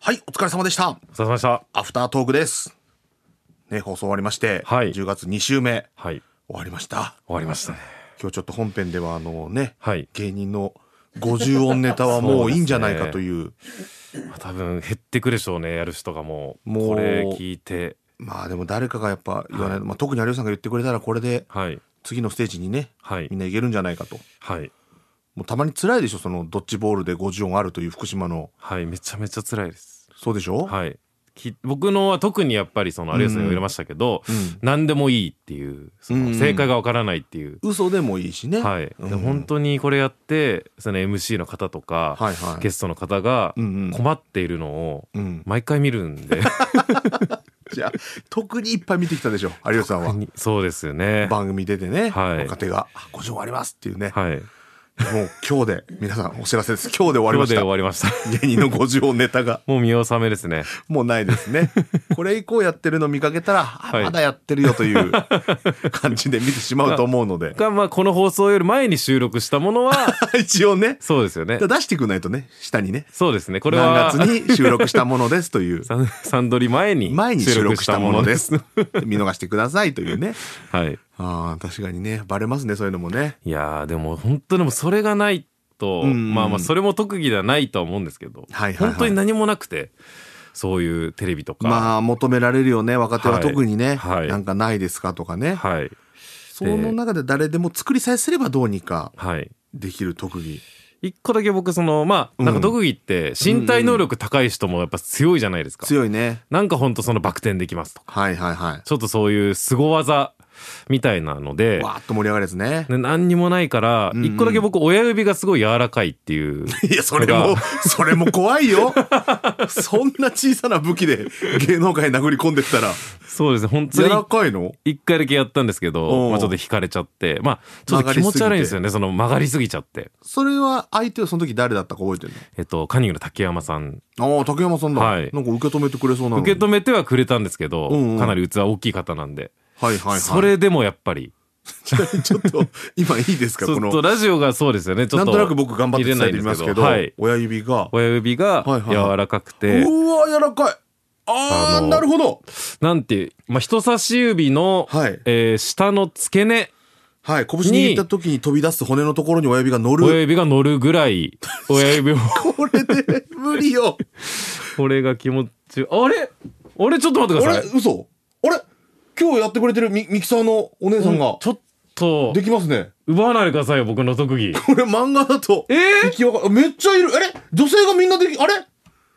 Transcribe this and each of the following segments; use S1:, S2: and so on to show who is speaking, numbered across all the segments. S1: はい、お疲れ様でした。
S2: お疲れ様でした。
S1: アフタートークです。ね、放送終わりまして、
S2: はい
S1: 10月2週目、
S2: はい。
S1: 終わりました。
S2: 終わりましたね。
S1: 今日ちょっと本編では、あのね、
S2: はい
S1: 芸人の50音ネタ はもういいんじゃないかという、
S2: まあ多分減ってくでしょうね、やる人がもう。
S1: もう
S2: これ聞いて。
S1: まあでも誰かがやっぱ言わない、まあ、特に有吉さんが言ってくれたら、これで
S2: はい。
S1: 次のステージにね、
S2: はい
S1: みん。ないけるんじゃないかと。
S2: はい。
S1: もうたまに辛いでしょ、そのドッジボールで50音あるという福島の。
S2: はい。めちゃめちゃ辛いです。
S1: そうでしょ、
S2: はい。き僕のは特にやっぱりその有吉さんが言われましたけど、
S1: うん
S2: 何でもいいっていう、そ
S1: うん
S2: の正解がわからないっていう。
S1: 嘘でもいいしね。
S2: はい。で、
S1: うん
S2: 本当にこれやって、その MC の方とか、
S1: はいはい
S2: ゲストの方が
S1: うんうん
S2: 困っているのを
S1: うん
S2: 毎回見 るんで、
S1: じゃあ特にいっぱい見てきたでしょ、有吉さんは。
S2: そうですよね。
S1: 番組出てね、
S2: はい
S1: 若手が「あ50あります」っていうね、
S2: はい。
S1: もう今日で皆さんお知らせです今日で終わりま
S2: 今日
S1: し
S2: で
S1: た
S2: 終わりました。
S1: 芸人の50音ネタが
S2: もう見納めですね。
S1: もうないですね これ以降やってるの見かけたら、あ
S2: はい
S1: まだやってるよと いう感じで見てしまうと思うので
S2: が、まあ、この放送より前に収録したものは、
S1: 一応ね
S2: そうですよね
S1: 出。してくんないとね下にね
S2: そうですね。これ
S1: 何
S2: は、
S1: 月に収録したものですという
S2: サンサンドリ前に
S1: 前に収録したもので
S2: 収
S1: す
S2: 録 し
S1: 見逃してくださいというね
S2: たものですはい。
S1: あー確かにねバレますねそういうのもね
S2: いやー、でも本当でもそれがないと、
S1: うん
S2: まあまあ、それも特技ではないとは思うんですけど、
S1: はいはいはい
S2: 本当に何もなくて、そういうテレビとか、
S1: まあ求められるよね若手は特にね、
S2: はいはい
S1: なんかないですかとかね、
S2: はい。
S1: その中で誰でも作りさえすればどうにか
S2: はい。
S1: できる特技。
S2: 一個だけ僕、その、まあ、なんか特技って、身体能力高い人もやっぱ強いじゃないですか。
S1: 強いね。
S2: なんか本当そのバク転できますとか、
S1: はいはいは
S2: ちょっとそういう凄技みたいなので
S1: い。、わーっと盛り上がるやつ ね。
S2: ね、何にもないから、
S1: ん
S2: 一個だけ僕親指がすごい柔らかいっ ていう。
S1: いや、それも、それも怖いよ。そんな小さな武器で芸能界殴り込んでったら、
S2: そうですね、本当
S1: 柔ら
S2: に。
S1: かいの
S2: 一回だけやったんですけ
S1: おう
S2: ど、まあちょっと惹かれちゃって、まあちょっと気持ち悪いんですよね、その曲がりすぎちゃって。
S1: それは相手はその時誰だったか覚えてる
S2: えっと、カンニングの竹山さん、
S1: のああ、竹山さんだ。
S2: はい
S1: なんか受け止めてくれそうなのに。
S2: 受け止めてはくれたんですけど、
S1: うんうん
S2: かなり器大きい方なんで、
S1: はいはいはい。
S2: そ、れでもやっぱり、
S1: ちょっと、今いいですかこ
S2: ちょっと
S1: の、
S2: ラジオがそうですよね、ちょ
S1: な
S2: っ
S1: ん
S2: と。
S1: となく僕頑張って
S2: 見れ
S1: 伝
S2: な
S1: え
S2: い
S1: て
S2: ん
S1: み
S2: です
S1: ま
S2: け
S1: す
S2: ど
S1: けど、
S2: はい。
S1: 親指が、
S2: 親指が
S1: はいはい
S2: 柔らかくて、
S1: うわ、柔らかい。あ
S2: あ
S1: あ、
S2: の
S1: なるほど。
S2: なんて、まあ人差し指の、
S1: はい
S2: えー下の付け根、
S1: はい、拳握った時に飛び出す骨のところに親指が乗
S2: 親
S1: る。
S2: 指が乗るぐ らい、親指を、
S1: これで無理 よ。
S2: これが気持ちいい。あれあれちょっと待ってく
S1: あ
S2: だ
S1: れ
S2: さい。
S1: 嘘あれ今日やってくれてるミミキサーのお姉さんが
S2: ちょっと
S1: で、きますね。
S2: 奪わないでくださいよ、僕の特技。
S1: これ漫画だと。
S2: えー
S1: 生きわかめっちゃいる。あれ女性がみんなでき、あれ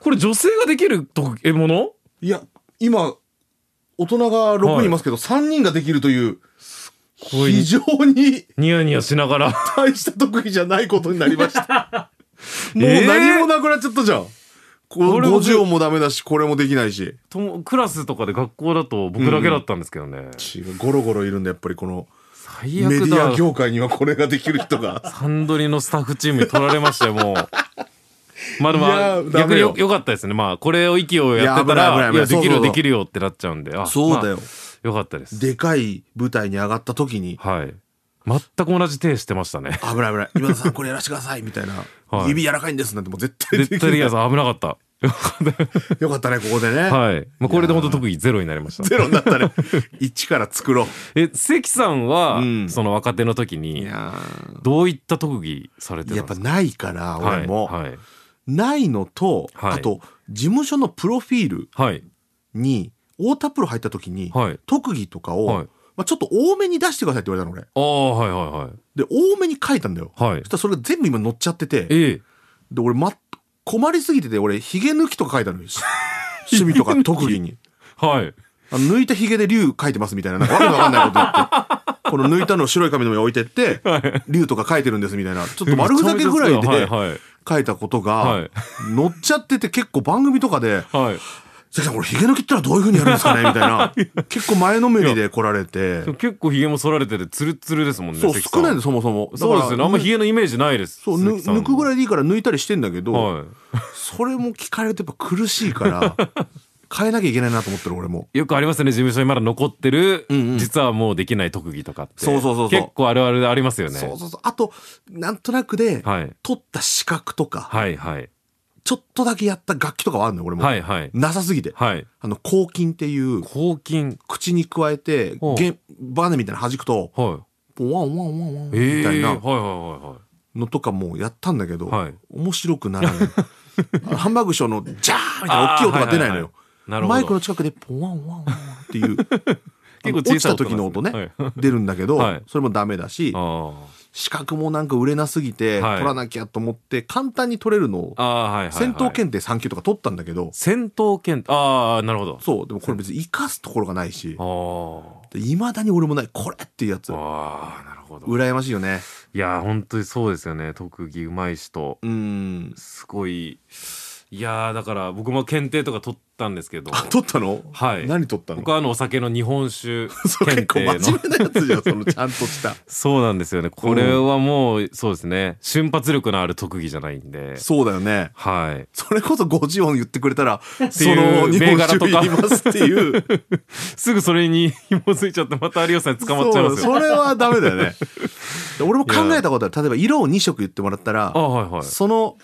S2: これ女性ができる特技、獲物
S1: いや、今、大人が6人いますけど、3人ができるという、
S2: ごい
S1: 非常に
S2: ニヤニヤしながら。
S1: 大した特技じゃないことになりました。もう
S2: えー
S1: 何もなくなっちゃったじゃん。こ
S2: こ
S1: れ
S2: れ僕
S1: 50音もダメだし、これもできないし。
S2: ともクラスとかで学校だと僕だけだったんですけどね。
S1: 違うゴロゴロいるんだ、やっぱりこの。
S2: 最
S1: メデ
S2: 悪
S1: ィア
S2: だ。
S1: 業界にはこれができる人 が
S2: サンドリのスタッフチームに取られました よ、もう。まあで
S1: いや
S2: も、
S1: ーダ
S2: 逆
S1: メ
S2: に
S1: よ
S2: よよかったですね。まあ、これを息をやってた
S1: いや危ない
S2: ら、
S1: 危ない
S2: いや、
S1: 危
S2: で
S1: ないそうそ
S2: き
S1: うそ
S2: る
S1: う
S2: できるよってなっちゃうんで。あ
S1: そうだよ
S2: まあよかったです。
S1: でかい舞台に上がった時に
S2: はい。全く同じ手してましたね
S1: 「。危ない危ない今田さんこれやらせてください」みたいな「
S2: はい
S1: 指柔らかいんです」なんてもう絶対
S2: 絶
S1: でき
S2: 対
S1: る
S2: 的さん危なかった。
S1: よかったねここでね、
S2: はい。まあ、これで本当特技ゼロになりました。
S1: ゼロになった ね一から作ろう
S2: え、関さんは、
S1: うん
S2: その若手の時に、
S1: や
S2: どういった特技されてた
S1: や
S2: ん
S1: っ
S2: で
S1: ぱ
S2: す
S1: ないから
S2: か
S1: 俺も、
S2: はい。はい。
S1: ないのと、
S2: はい
S1: あと事務所のプロフィール
S2: はい。
S1: に太田プロ入った時に、
S2: はい
S1: 特技とかを、
S2: はい
S1: まあ、ちょっと多めに出してくださいって言われたの俺
S2: ああ、はいは
S1: で多めに書いたんだよ、
S2: いはい。はい
S1: そし。たらそれが全部今載っちゃってて
S2: ええ。
S1: で、俺、ま、困りすぎてて、俺、ヒゲ抜きとか書いたのよ。し趣味と か特技に。
S2: はい。
S1: あの抜いたヒゲで竜書いてますみたいな、なんかわけのわかんないこと言 って。この抜いたのを白い紙の上に置いてって、竜とか書いてるんですみたいな、ちょっと 丸ふざけぐらい
S2: はい
S1: で
S2: はい。
S1: 書いたこと
S2: は
S1: が
S2: い、
S1: 乗っちゃってて結構番組とかで、
S2: はい。
S1: 関さんこれヒゲ抜きったらどういう風にやるんですかねみたい な、結構前のめりで来られて
S2: で、も結構ヒゲも剃られててツルツルですもんね。
S1: そう、
S2: 関さ
S1: 少ないん
S2: ん
S1: でそもそも。だから
S2: そうですよね。あんまヒゲのイメージないです。
S1: そう、ぬ抜くぐ
S2: い。
S1: らいでいいから抜いたりしてんだけど、
S2: は
S1: それも聞かれるとやっぱ苦しい から、変えなきゃいけないなと思ってる俺も。
S2: い。よくありますよね。事務所にまだ残ってる
S1: んうん、
S2: 実はもうできない特技とかって。
S1: そうそうそうそう
S2: 結構あるあるありますよね。
S1: そうそうそう。あと、なんとなくで、
S2: はい。
S1: 取った資格とか、
S2: はいはい。
S1: ちょっとだけやった楽器とかはあるのよ俺も、
S2: はいはい
S1: なさすぎて
S2: はい
S1: あの抗菌っていう
S2: 抗菌
S1: 口に加えて
S2: ほう
S1: げんバネみたいなの弾くと
S2: は
S1: ポワンワンワンワンみ
S2: いええ
S1: たい
S2: は
S1: な
S2: いはいは
S1: のとかもやったんだけど、
S2: はい
S1: 面白くならない あのハンバーグショーのジャーみたいな大きい音が出ないのよ、
S2: いなるほど
S1: マイクの近くでポワンワンワンって いうあの落
S2: 小
S1: ち
S2: さい
S1: た
S2: 音
S1: 時の音ね、
S2: なん
S1: 出るんだけど、
S2: はい
S1: それもダメだし
S2: あ
S1: 資格もなんか売れなすぎて、
S2: はい
S1: 取らなきゃと思って簡単に取れるのを
S2: あああはいはい、はい、
S1: 戦闘検定3級とか取ったんだけど、
S2: 戦闘犬ああなるほど
S1: そうでもこれ別に生かすところがないし
S2: あ
S1: いまだに俺もないこれっていうやつ
S2: ーあーなるほど
S1: 羨ましいよね
S2: いやー本当にそうですよね特技うまい人
S1: うん
S2: すごいいやーだから僕も検定とか取ったんですけど
S1: あ取ったの、
S2: はい
S1: 何取ったの
S2: 僕はあのお酒の日本酒
S1: そう
S2: 検
S1: 結構
S2: 定の
S1: 真面目なやつじゃんそのちゃんと した
S2: そうなんですよねこれはもうそうですね瞬発力のある特技じゃないんで
S1: そうだよね
S2: はい
S1: それこそ50音言ってくれたらそ
S2: いう
S1: の日本
S2: 銘柄と
S1: 酒
S2: か
S1: いりますっていう
S2: すぐそれに紐づいちゃってまた有吉さん に捕まっちゃいます
S1: そう
S2: よ
S1: それはダメだよ ね俺も考えたことある例えば色を2色言ってもらった
S2: あ
S1: ら
S2: はいは
S1: その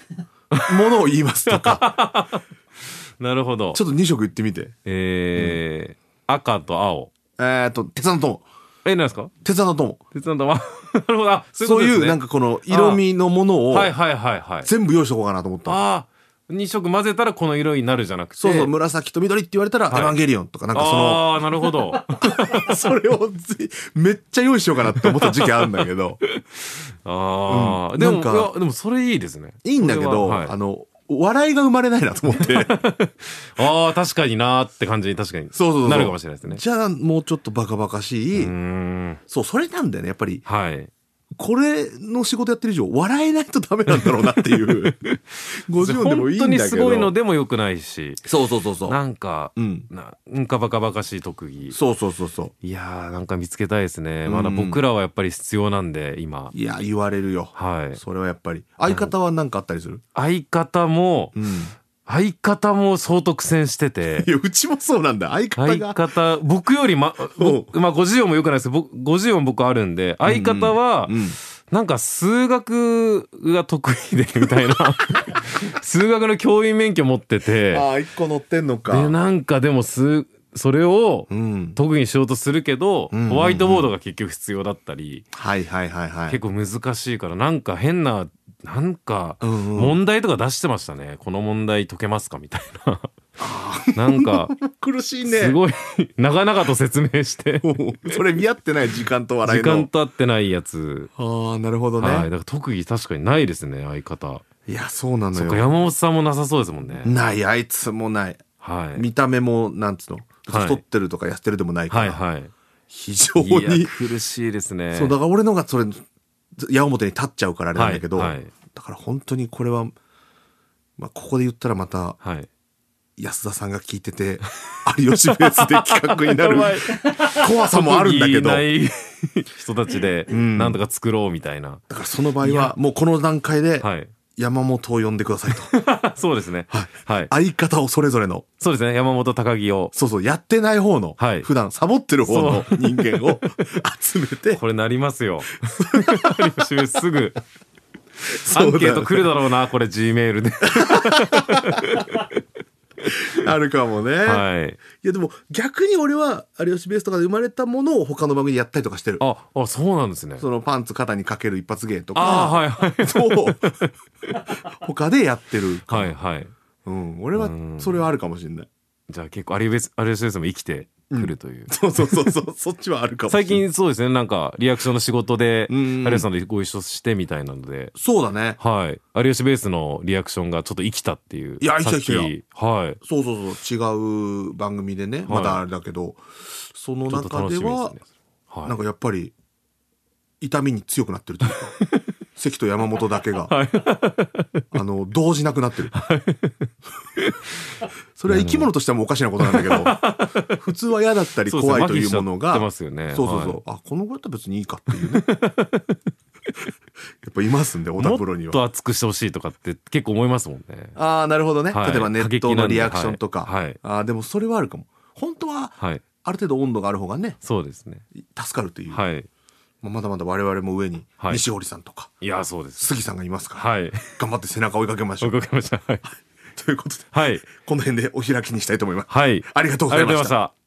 S1: ものを言いますとか
S2: いなるほど
S1: ちょっと2色言ってみて
S2: えー赤と青
S1: えっと鉄腕の友
S2: えなんですか
S1: 鉄腕の友
S2: 鉄腕玉 なるほどあそういうこ
S1: そう
S2: とで
S1: い
S2: す
S1: う
S2: ね
S1: なんかこの色味のものを
S2: はいはいはいはい
S1: 全部用意しとこうかなと思った
S2: ああ2色混ぜたらこの色になるじゃなくて
S1: そうそう紫と緑って言われたら「エ
S2: はい
S1: ヴァンゲリオン」とかなんかその
S2: ああなる ほどあ
S1: それをぜめっちゃ用意しようかなって思った時期あるんだけ ど
S2: あー、
S1: うん
S2: で
S1: なん
S2: も
S1: か
S2: いやでもそれいいですね
S1: いいんだけ
S2: それは
S1: ど
S2: はい
S1: あの笑いが生まれないなと思って
S2: ああ確かになーって感じに確かに
S1: そうそうそう
S2: なるかもしれないですね
S1: じゃあもうちょっとバカバカし
S2: うー
S1: い
S2: ん
S1: そうそれなんだよねやっぱり
S2: はい
S1: これの仕事やってる以上笑えないとダメなんだろうなっていう 50音でもいいんだけど
S2: 本当にすごいのでもよくないし
S1: そうそうそうそ
S2: なんか
S1: うん
S2: なんかバカバカしい特技
S1: そうそうそうそう
S2: いやーなんか見つけたいですね
S1: うん
S2: まだ僕らはやっぱり必要なんで今
S1: いや言われるよ
S2: はい
S1: それはやっぱり相方は何かあったりする
S2: 相方も
S1: うん
S2: 相方も相当苦戦してて
S1: いやうちもそうなんだ 相方
S2: 相
S1: が
S2: 方僕よりま僕まあ50音もよくないですけど僕50音僕あるんで相方は
S1: うん
S2: なんか数学が得意で みたいな数学の教員免許持ってて
S1: ああ一個乗ってんのか
S2: でなんかでも数それを
S1: うん
S2: 特技にしようとするけど
S1: うんうんうん
S2: ホワイトボードが結局必要だったり
S1: はいはいはいはい
S2: 結構難しいからなんか変ななんか
S1: うんうん
S2: 問題とか出してましたねこの問題解けますかみたいななんか
S1: 苦しい ね
S2: すごい長々と説 明して
S1: もう それ見合ってない時間と笑い
S2: 時
S1: の
S2: 間経ってないやつ、
S1: ああなるほどね、
S2: はいだから特技確かにないですね相方
S1: い、やそうなの
S2: そっか
S1: よ
S2: 山本さんもなさそうですもんね、
S1: ないあいつもない
S2: はい
S1: 見た目もなんつうの
S2: はい
S1: 太ってるとか痩せてるでもないから、
S2: はいはい
S1: 非常
S2: いや
S1: に
S2: 苦しいですね
S1: そうだから俺のがそれ矢面に立っちゃうからあれなんだけど、
S2: はいはい
S1: だから本当にこれは、まあ、ここで言ったらまた
S2: はい
S1: 安田さんが聞いてて 有吉ベースで企画にな る怖さもあるんだけど
S2: 特技な
S1: だ
S2: い人たちで
S1: ん
S2: なんとか作ろうみたいな、
S1: からその場
S2: い
S1: 合
S2: や
S1: はもうこの段階で
S2: はい
S1: 山本を呼んでくださいと
S2: そうですねはい、
S1: 相方をそれぞれの
S2: そうですね山本高木 を
S1: そうそうやってない方の、
S2: はい
S1: 普段サボってる方の人間を 集めて
S2: これなりますよ有吉ベースすぐア
S1: そう
S2: ン
S1: だ
S2: ケー
S1: よね
S2: ト来るだろうなこれ G メールで
S1: あるかもね、
S2: はい
S1: いやでも逆に俺は有吉ベースとかで生まれたものを他の番組でやったりとかしてる
S2: ああそうなんですね
S1: そのパンツ肩にかける一発芸と
S2: ああ
S1: か
S2: はいは い
S1: そう他でやってるかも
S2: はい はい
S1: うん、俺は
S2: うん
S1: それはあるかもしれない
S2: じゃあ結構有吉有吉ベースも生きてくるという、
S1: そうそうそうそうそっちはあるかもしれな
S2: 最
S1: い
S2: 近そうですねなんかリアクションの仕事で
S1: うんうん
S2: 有吉さんとご一緒してみたいなので、
S1: そうだね
S2: はい有吉ベースのリアクションがちょっと生きたっていう
S1: いや生きた
S2: さっき
S1: 生き
S2: はい
S1: そうそうそう違う番組でねまだあれだけど、その
S2: ちょっと
S1: 中
S2: 楽
S1: で
S2: しみです
S1: は
S2: ねそれ
S1: なん
S2: は
S1: かやっぱり痛みに強くなってると いうか関と山本だけが、 あの動じなくなってるそれは生き物としてはもうおかしなことなんだけど 普通は嫌だった
S2: い
S1: り怖いというものが
S2: そうですね麻痺しちゃっ
S1: そう
S2: てますよね
S1: そうそう、あこのぐらいだったら別にいいかって いうねやっぱいますんで小
S2: は
S1: 田
S2: い
S1: プロに
S2: も
S1: は
S2: っと熱くしてほしいとかって結構思いますもんね
S1: ああなるほどね、
S2: はい
S1: 例えばネットのリアクションとか、
S2: 過激なんで
S1: あーでもそれはあるかも本当は
S2: はい
S1: ある程度温度がある方がね
S2: そうですね
S1: 助かるという、
S2: はい
S1: まあまだまだ我々も上に
S2: はい
S1: 西堀さんとか
S2: いやそうです
S1: 杉さんがいますから
S2: はい
S1: 頑張って背中追いかけましょう。
S2: 動きましたはい
S1: ということで、
S2: はい。
S1: この辺でお開きにしたいと思います。
S2: はい。
S1: ありがとうございました。
S2: た。